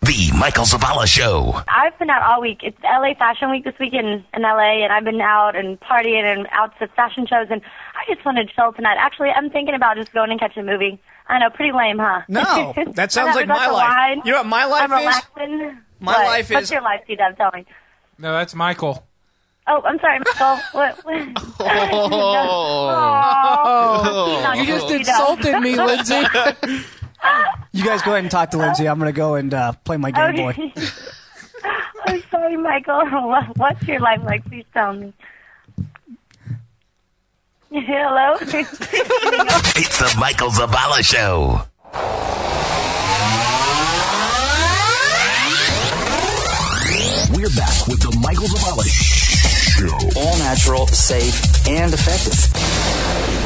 Michael Zavala Show. I've been out all week. It's LA Fashion Week this weekend in LA, and I've been out and partying and out to fashion shows, and I just wanted to chill tonight. Actually, I'm thinking about just going and catching a movie. I know, pretty lame, huh? No, that sounds I'm like having lots my of life. wine. You know what my life I'm is? relaxing. My What? life What's is- your life, Steve? I'm telling. No, that's Michael. Oh, I'm sorry, Michael. what? what? Aw. Oh. You just Steve, I'm- insulted me, Lindsay. You guys go ahead and talk to Lindsay. I'm going to go and uh, play my Game Boy. Okay. I'm sorry, Michael. What- What's your life like? Please tell me. Hello? It's the Michael Zavala Show. We're back with the Michael Zavala Show. All natural, safe, and effective.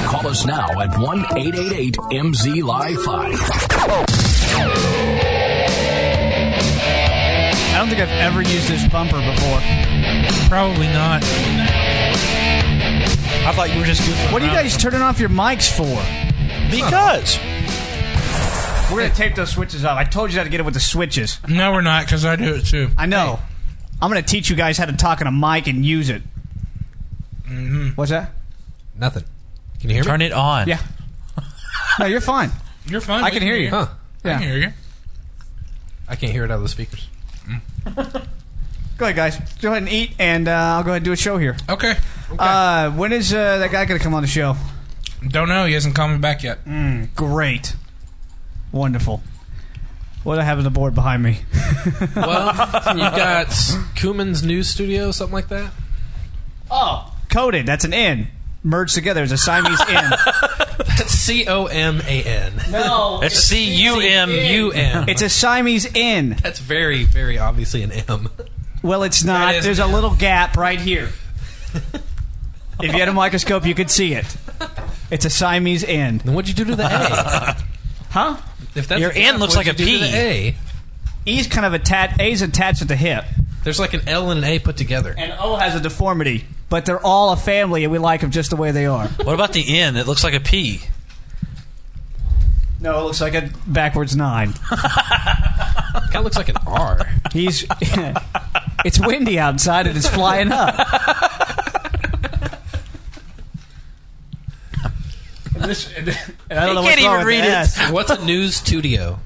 Call us now at 1 888 MZ Live 5. I don't think I've ever used this bumper before. Probably not. I thought you were just goofing. What are you around. guys turning off your mics for? Because We're going to tape those switches off. I told you how to get it with the switches. No, we're not, because I do it too. I know. I'm going to teach you guys how to talk on a mic and use it. Mm-hmm. What's that? Nothing. Can you hear turn me? it on. Yeah. No, you're fine. You're fine. I can hear you. Huh. I can Yeah. hear you. I can't hear it out of the speakers. Go ahead, guys. Go ahead and eat, and uh, I'll go ahead and do a show here. Okay. Uh, when is uh, that guy going to come on the show? Don't know. He hasn't called me back yet. Great. Wonderful. What do I have on the board behind me? Well, you've got Cuman's News Studio, something like that. Oh. Coded. That's an N. Merged together as a Siamese N. That's C O M A N. No. It's C U M U M. It's a Siamese N. That's very, very obviously an M. Well, it's not. is- There's a little gap right here. if you had a microscope, you could see it. It's a Siamese N. Then what'd you do to the A? Huh? If that's Your a gap, N looks what'd like a you do to P. the A. E's kind of attached. A's attached at the hip, There's like an L and an A put together. and O has a deformity. But they're all a family, and we like them just the way they are. What about the N? It looks like a P. No, it looks like a backwards nine. Kind of looks like an R. He's. it's windy outside, and it's flying up. And this, and I don't know what's can't wrong even with read the it. S. What's a news studio?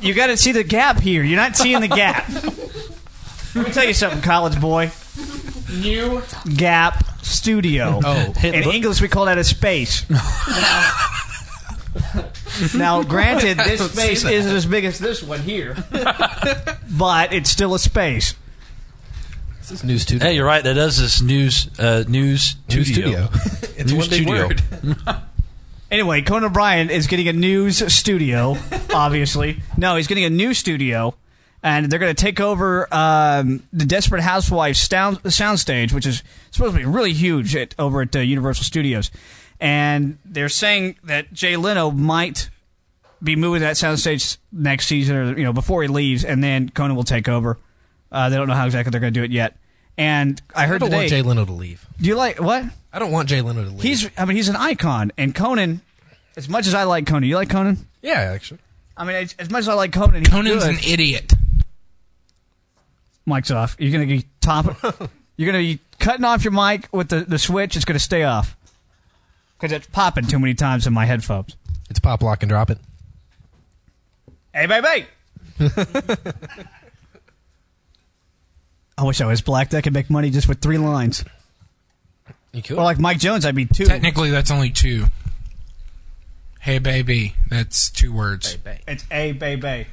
You got to see the gap here. You're not seeing the gap. Let me tell you something, college boy. New. Gap studio. Oh. In English, we call that a space. now, granted, I this don't see space that. isn't as big as this one here, but it's still a space. This is news studio. Hey, you're right. That does this news uh, news News studio. studio. it's News one big studio. word. Anyway, Conan O'Brien is getting a news studio, obviously. No, he's getting a new studio, and they're going to take over um, the Desperate Housewives sound, soundstage, which is supposed to be really huge at, over at uh, Universal Studios. And they're saying that Jay Leno might be moving to that soundstage next season, or you know, before he leaves, and then Conan will take over. Uh, they don't know how exactly they're going to do it yet. And I I heard don't want Jay today, Leno to leave. do you like what? I don't want Jay Leno to leave. He's, I mean, he's an icon, and Conan. As much as I like Conan, you like Conan? yeah, actually. I mean, as, as much as I like Conan, he's Conan's good. an idiot. Mic's off. You're gonna be top. you're gonna be cutting off your mic with the, the switch. It's gonna stay off because it's popping too many times in my headphones. It's pop lock and drop it. Hey, baby. I wish I was black. That could make money just with three lines. You could. Or like Mike Jones, I'd be two. Technically, that's only two. Hey, baby. That's two words. It's a baby.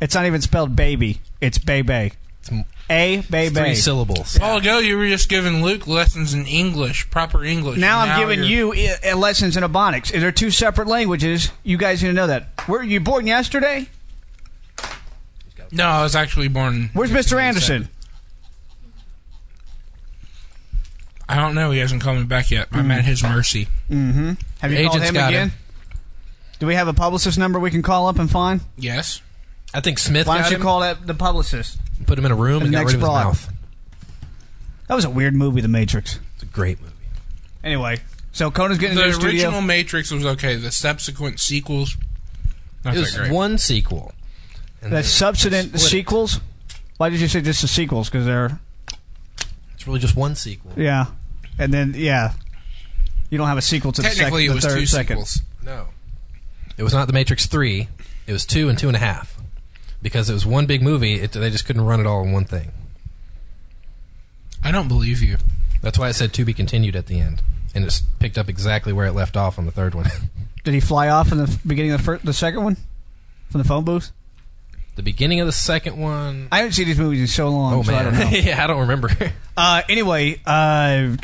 It's not even spelled baby. It's baby. m- A baby. Three syllables. A while ago, you were just giving Luke lessons in English, proper English. Now I'm giving you're- you i- uh, lessons in ebonics. They're two separate languages. You guys need to know that. Were you born yesterday? No, I was actually born. Where's Mr. Anderson? I don't know. He hasn't called me back yet. I'm at his mercy. Have you Your called agent's him got again? him. Do we have a publicist number we can call up and find? Yes. I think Smith Why got don't you him, call that the publicist? put him in a room the and got next rid of his broad. mouth. That was a weird movie, The Matrix. It's a great movie. Anyway, so Conan's getting The into original the studio. Matrix was okay. The subsequent sequels Not it that was great. one sequel. And The subsequent split it. sequels. Why did you say just the sequels? Because they're It's really just one sequel. yeah, and then yeah, you don't have a sequel to the second, Technically, the it was third, two second. sequels. No. It was not The Matrix 3. It was two and two and a half. Because it was one big movie, it, they just couldn't run it all in one thing. I don't believe you. That's why it said to be continued at the end. And it's picked up exactly where it left off on the third one. Did he fly off in the f- beginning of the, fir- the second one from the phone booth? the beginning of the second one. I haven't seen these movies in so long, oh, so man. I don't know. yeah, I don't remember. uh, anyway, uh,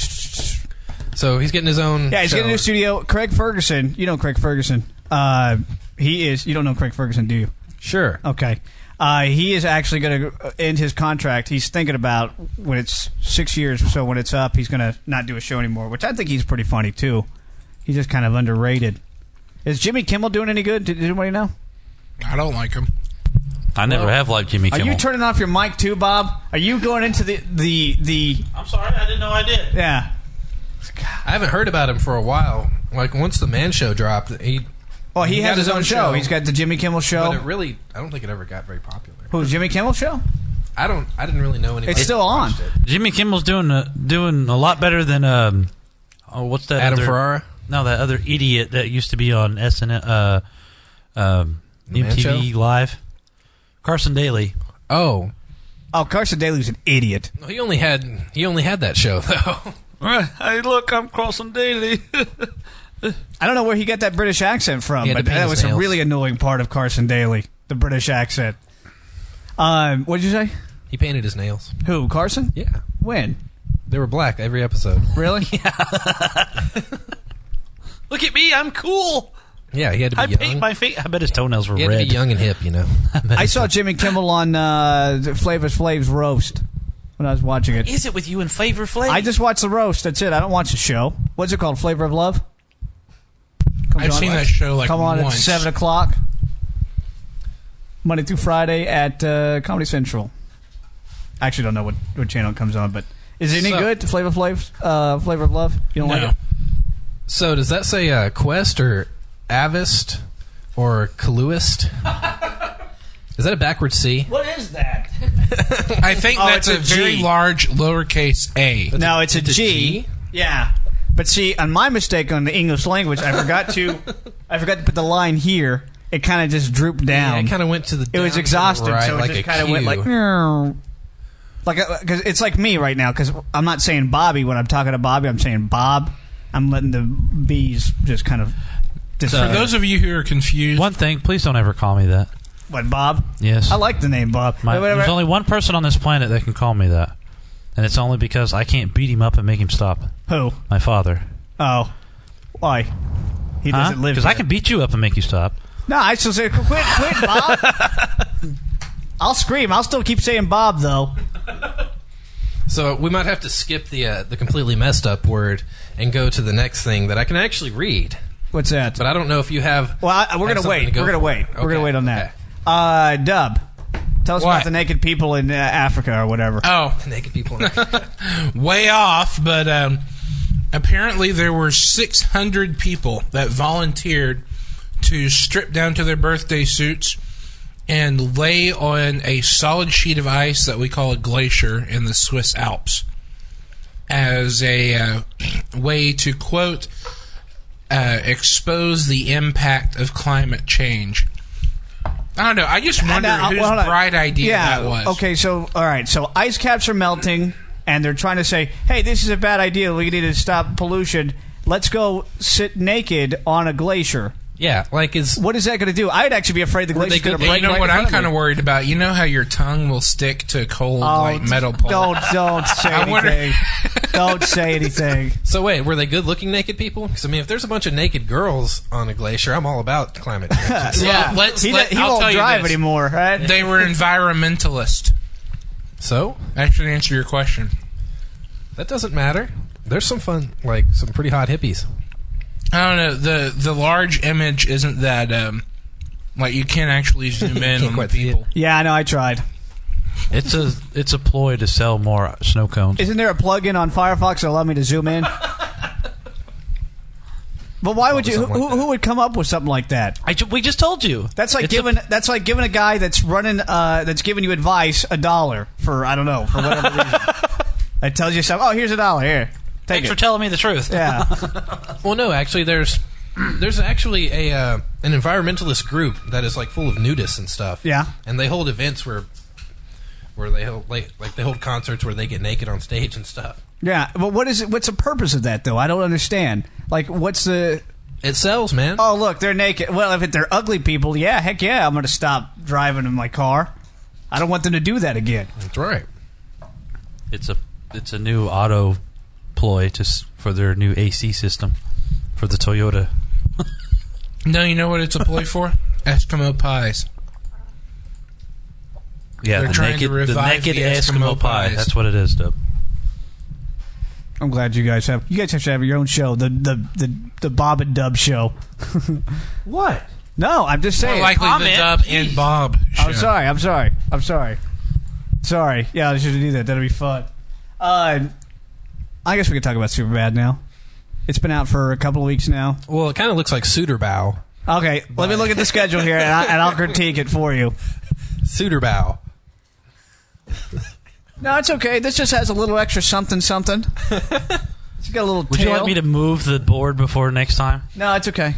so he's getting his own. yeah, he's show. getting a new studio. Craig Ferguson, you know Craig Ferguson. Uh, he is. You don't know Craig Ferguson, do you? Sure. Okay. Uh, he is actually going to end his contract. He's thinking about when it's six years or so, when it's up, he's going to not do a show anymore, which I think he's pretty funny, too. He's just kind of underrated. Is Jimmy Kimmel doing any good? Did, did anybody know? I don't like him. I never have liked Jimmy Are Kimmel. you turning off your mic, too, Bob? Are you going into the. the, the I'm sorry, I didn't know I did. yeah. I haven't heard about him for a while. Like, once The Man Show dropped, he. Well, he, He has got his, own, show. He's got the Jimmy Kimmel But it show. really, I don't think it ever got very popular. Who, Jimmy Kimmel show? I don't. I didn't really know anybody. It's still that on. watched it. Jimmy Kimmel's doing a, doing a lot better than um, oh, what's that? Adam other, Ferrara. No, that other idiot that used to be on SNL, uh, um, The Man MTV Live. Carson Daly. Oh, Oh, Carson Daly's an idiot. No, he only had he only had that show though. Hey, look, I'm Carson Daly. I don't know where he got that British accent from, He had but to paint that his was a nails. really annoying part of Carson Daly, the British accent. Um, what did you say? he painted his nails. Who Carson? Yeah, When? they were black every episode. Really? look at me, I'm cool. Yeah, he had to be I young. paint my feet. I bet his toenails were he had red. to be young and hip, you know. I saw Jimmy Kimmel on uh, the Flavors Flav's roast when I was watching it. Is it with you in Flavor Flav? I just watched the roast. That's it. I don't watch the show. What's it called? Flavor of Love. Comes I've on- seen that show like come on once. at seven o'clock Monday through Friday at uh, Comedy Central. I actually don't know what, what channel it comes on, but is it any So- good? Flavor Flav, uh, Flavor of Love. You don't No. like it? So does that say uh, Quest or Avist or Kaluist? Is that a backwards C? What is that? I think Oh, that's a, it's a very G. large lowercase a. No, it's, a a G. G? Yeah, but see, on my mistake on the English language, I forgot to, I forgot to put the line here. It kind of just drooped Yeah, down. it kind of went to the. it was down to the exhausted, right, so it like just a kind of went Q. like, "Meow." like because it's like me right now because I'm not saying Bobby when I'm talking to Bobby, I'm saying Bob. I'm letting the bees just kind of. Just For those of you who are confused, One thing, please don't ever call me that. what Bob? Yes. I like the name Bob. My, Wait, wait, there's wait. only one person on this planet that can call me that, and it's only because I can't beat him up and make him stop. Who? My father. Oh, why? He Huh? doesn't live. Because I here. can beat you up and make you stop. No, I still say quit, quit, Bob. I'll scream. I'll still keep saying Bob though. So we might have to skip the uh, the completely messed up word and go to the next thing that I can actually read. What's that? But I don't know if you have. Well, I, we're have gonna something wait. to go we're gonna for. wait. We're gonna Okay, wait on okay. that. Uh, Dub, tell us about What? the naked people in uh, Africa or whatever. oh, Naked people. In way off, but um, apparently there were 600 people that volunteered to strip down to their birthday suits and lay on a solid sheet of ice that we call a glacier in the Swiss Alps as a uh, way to quote uh, expose the impact of climate change. I don't know. I just wonder And, uh, whose well, hold on. bright idea Yeah, that was. Okay, so all right, so ice caps are melting, and they're trying to say, "Hey, this is a bad idea. We need to stop pollution. Let's go sit naked on a glacier." yeah, like is What is that going to do? I'd actually be afraid the Well, they glacier's going could- to Yeah, Yeah, break. you know right what in I'm front of kind me. of worried about? You know how your tongue will stick to a cold like d- metal pole. Oh, Don't don't say I wonder- anything. don't say anything. So wait, were they good-looking naked people? Because I mean, if there's a bunch of naked girls on a glacier, I'm all about climate change. Yeah, let's, He, let, he I'll tell won't you drive this. anymore, right? They were environmentalist. so That should answer your question. that doesn't matter. There's some fun, like some pretty hot hippies. I don't know. the The large image isn't that um, like you can't actually zoom in Can't on the quite see it. people. yeah, I know. I tried. It's a it's a ploy to sell more snow cones. Isn't there a plug-in on Firefox that allow me to zoom in? But why would you? Who, Something like who- who would come up with something like that? I ju- we just told you. That's like It's a- giving. that's like giving a guy that's running. Uh, that's giving you advice a dollar for I don't know for whatever reason. That tells you something. Oh, here's a dollar. Here, take Thanks for it. telling me the truth. yeah. Well, no, actually, there's there's actually a uh, an environmentalist group that is like full of nudists and stuff. Yeah. and they hold events where where they hold like like they hold concerts where they get naked on stage and stuff. Yeah, but what is it? What's the purpose of that though? I don't understand. Like, what's the? It sells, man. Oh, look, they're naked. Well, if it, they're ugly people, yeah, heck yeah, I'm gonna stop driving in my car. I don't want them to do that again. That's right. It's a it's a new auto ploy to s- for their new AC system for the Toyota. No, you know what it's a ploy for? Eskimo pies. Yeah, They're the trying to naked, the revive naked the Eskimo, Eskimo pie. pies. That's what it is, Dub. I'm glad you guys have. You guys have to have your own show, the the the, the Bob and Dub show. What? No, I'm just More saying. likely the comment, Dub and Bob. I'm show. sorry. I'm sorry. I'm sorry. Sorry. Yeah, I should do that. That'd be fun. Uh, I guess we could talk about Superbad now. It's been out for a couple of weeks now. Well, it kind of looks like Suderbow. Okay, let me look at the schedule here, and, I, and I'll critique it for you. Suderbow. No, it's okay. This just has a little extra something, something. It's got a little Would you tail. like me to move the board before next time, no, it's okay.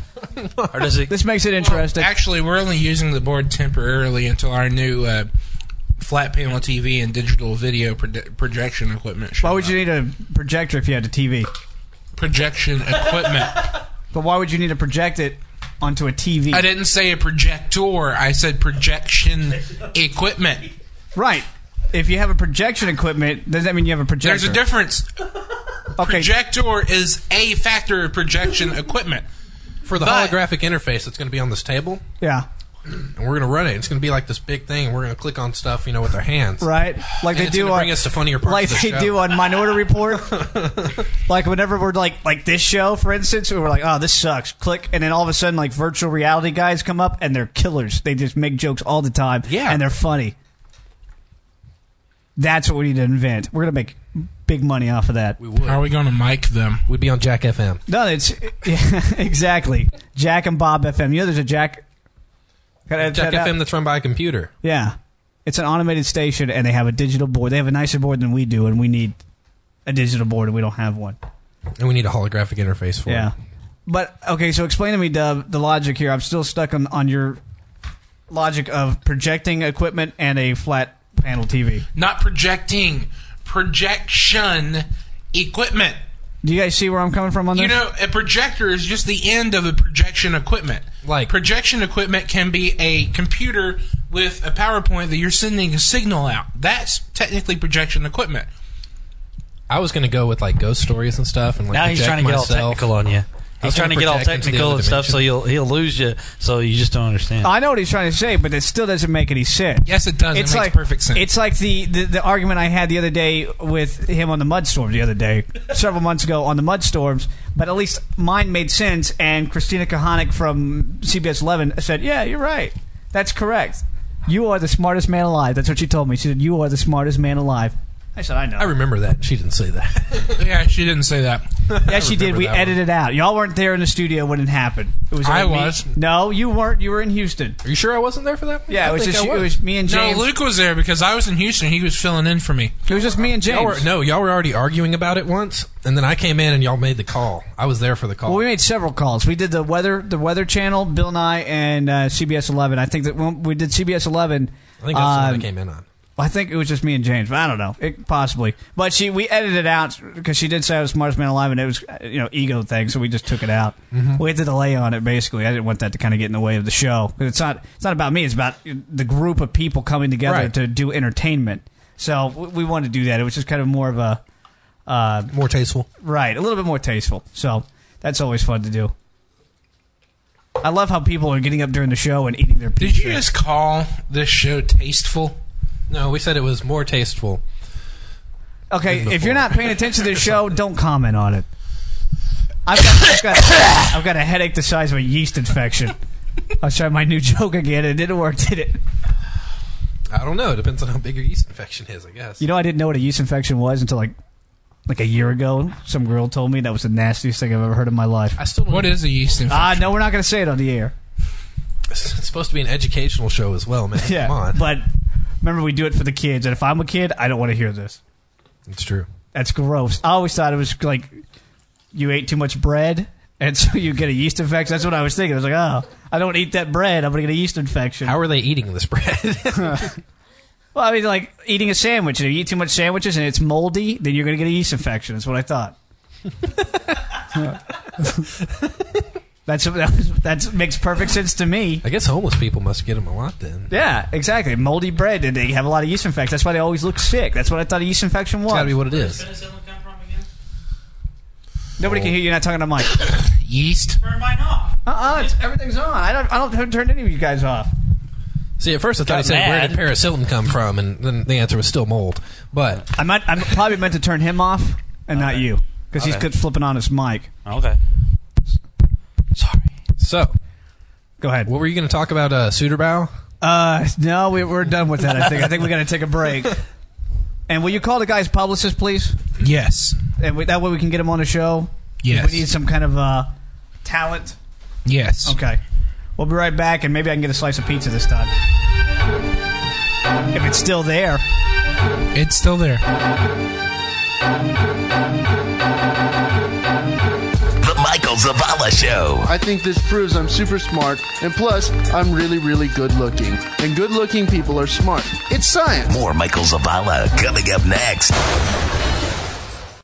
or does it? This makes it interesting. Actually, we're only using the board temporarily until our new uh, flat panel TV and digital video prode- projection equipment. show Why would up. you need a projector if you had a TV? projection equipment? But why would you need to project it onto a TV? I didn't say a projector. I said projection equipment. Right. If you have a projection equipment, does that mean you have a projector? There's a difference. Okay. Projector is a factor of projection equipment. For the But- holographic interface that's going to be on this table, yeah. and we're going to run it. It's going to be like this big thing, and we're going to click on stuff, you know, with our hands. Right. Like And they it's do gonna on, bring us to funnier parts Like of the they show. do on Minority Report. like whenever we're like like this show, for instance, we were like, oh, this sucks. Click, and then all of a sudden, like virtual reality guys come up and they're killers. They just make jokes all the time. Yeah. and they're funny. That's what we need to invent. We're gonna make big money off of that. We would. How are we going to mic them? We'd be on Jack FM. No, it's yeah, exactly Jack and Bob FM. You know, there's a Jack. Gotta edit Jack that out. FM that's run by a computer. Yeah. It's an automated station and they have a digital board. They have a nicer board than we do and we need a digital board and we don't have one. And we need a holographic interface for Yeah. it. But okay, so explain to me Dub, the logic here. I'm still stuck on, on your logic of projecting equipment and a flat panel TV. Not projecting. Projection equipment. Do you guys see where I'm coming from on this? You know, a projector is just the end of a projection equipment. Like- projection equipment can be a computer with a PowerPoint that you're sending a signal out. That's technically projection equipment. I was going to go with like ghost stories and stuff, and like now he's project trying to get all myself. technical on you. I was He's trying to gonna get all project into the technical other and stuff, so dimension. you'll he'll lose you. So you just don't understand. I know what he's trying to say, but it still doesn't make any sense. Yes, it does. it makes perfect sense. It's like the, the, the argument I had the other day with him on the mudstorms the other day, several months ago on the mudstorms. But at least mine made sense, and Christina Kahanick from CBS 11 said, "Yeah, you're right. That's correct. You are the smartest man alive." That's what she told me. She said, "You are the smartest man alive." I said, "I know." I remember that. She didn't say that. yeah, she didn't say that. yeah, she did. remember We that edited it out. Y'all weren't there in the studio when it happened. It was. I only me- was. No, you weren't. You were in Houston. Are you sure I wasn't there for that? One? Yeah, I it was think just I it was me and No, James. Luke was there because I was in Houston. He was filling in for me. it was just me and James. Y'all were, no, y'all were already arguing about it once, and then I came in and y'all made the call. I was there for the call. Well, we made several calls. We did the weather, the Weather Channel, Bill Nye, and uh, CBS 11. I think that when we did CBS 11, I think that's the one um, I came in on. I think it was just me and James. but I don't know, it, possibly. But she, we edited it out because she did say I was the smartest man alive, and it was uh, you know ego thing, so we just took it out. Mm-hmm. We had to delay on it basically. I didn't want that to kind of get in the way of the show 'Cause it's not it's not about me. It's about the group of people coming together Right. to do entertainment. So we, we wanted to do that. It was just kind of more of a uh, More tasteful. Right, a little bit more tasteful. So that's always fun to do. I love how people are getting up during the show and eating their Did pizza. you just call this show tasteful? No, we said it was more tasteful. okay, if before. you're not paying attention to the show, don't comment on it. I've got, I've, got, I've got a headache the size of a yeast infection. I tried my new joke again. It didn't work, did it? I don't know. It depends on how big your yeast infection is, I guess. You know, I didn't know what a yeast infection was until like like a year ago. Some girl told me that was the nastiest thing I've ever heard in my life. I still don't What is a yeast infection? Ah, no, we're not going to say it on the air. It's supposed to be an educational show as well, man. Yeah, Come on. but remember, we do it for the kids. And if I'm a kid, I don't want to hear this. it's true. That's gross. I always thought it was like you ate too much bread, and so you get a yeast infection. That's what I was thinking. I was like, oh, I don't eat that bread. I'm going to get a yeast infection. How are they eating this bread? Well, I mean, like eating a sandwich. If you eat too much sandwiches and it's moldy, then you're going to get a yeast infection. That's what I thought. that's that makes perfect sense to me. I guess homeless people must get them a lot then. Yeah, exactly. Moldy bread, and they have a lot of yeast infections. That's why they always look sick. That's what I thought a yeast infection It's got to be was. what it is. Penicillin come from again? Nobody can hear you. You're not talking to mic. yeast. Turn mine off. Uh-uh, it's, everything's on. I don't. I don't turn- turn any of you guys off. See, at first I thought he said, Got "Where did mad. penicillin come from?" And then the answer was still mold. But I might. I'm probably meant to turn him off and not you because he's Okay. kept flipping on his mic. Okay. Sorry. so, Go ahead. what were you going to talk about? Uh, Suderbow? Uh, no, we, we're done with that. I think. I think we got to take a break. And will you call the guy's publicist, please? Yes. And we, that way we can get him on the show. Yes. We need some kind of uh, talent. Yes. Okay. We'll be right back, and maybe I can get a slice of pizza this time. If it's still there. It's still there. The Michael Zavala Show. I think this proves I'm super smart, and plus, I'm really, really good looking. And good looking people are smart. It's science. More Michael Zavala coming up next.